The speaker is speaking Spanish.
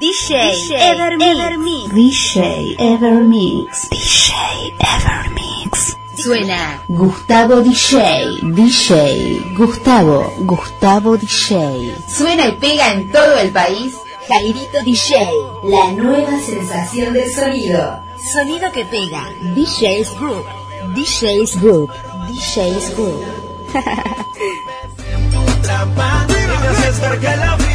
DJ, Evermix. DJ Evermix. DJ Evermix. Suena Gustavo DJ. DJ Gustavo. Gustavo DJ. Suena y pega en todo el país. Jairito DJ. La nueva sensación del sonido. Sonido que pega. DJ's Group. DJ's Group. DJ's Group. trampa y me haces ver que la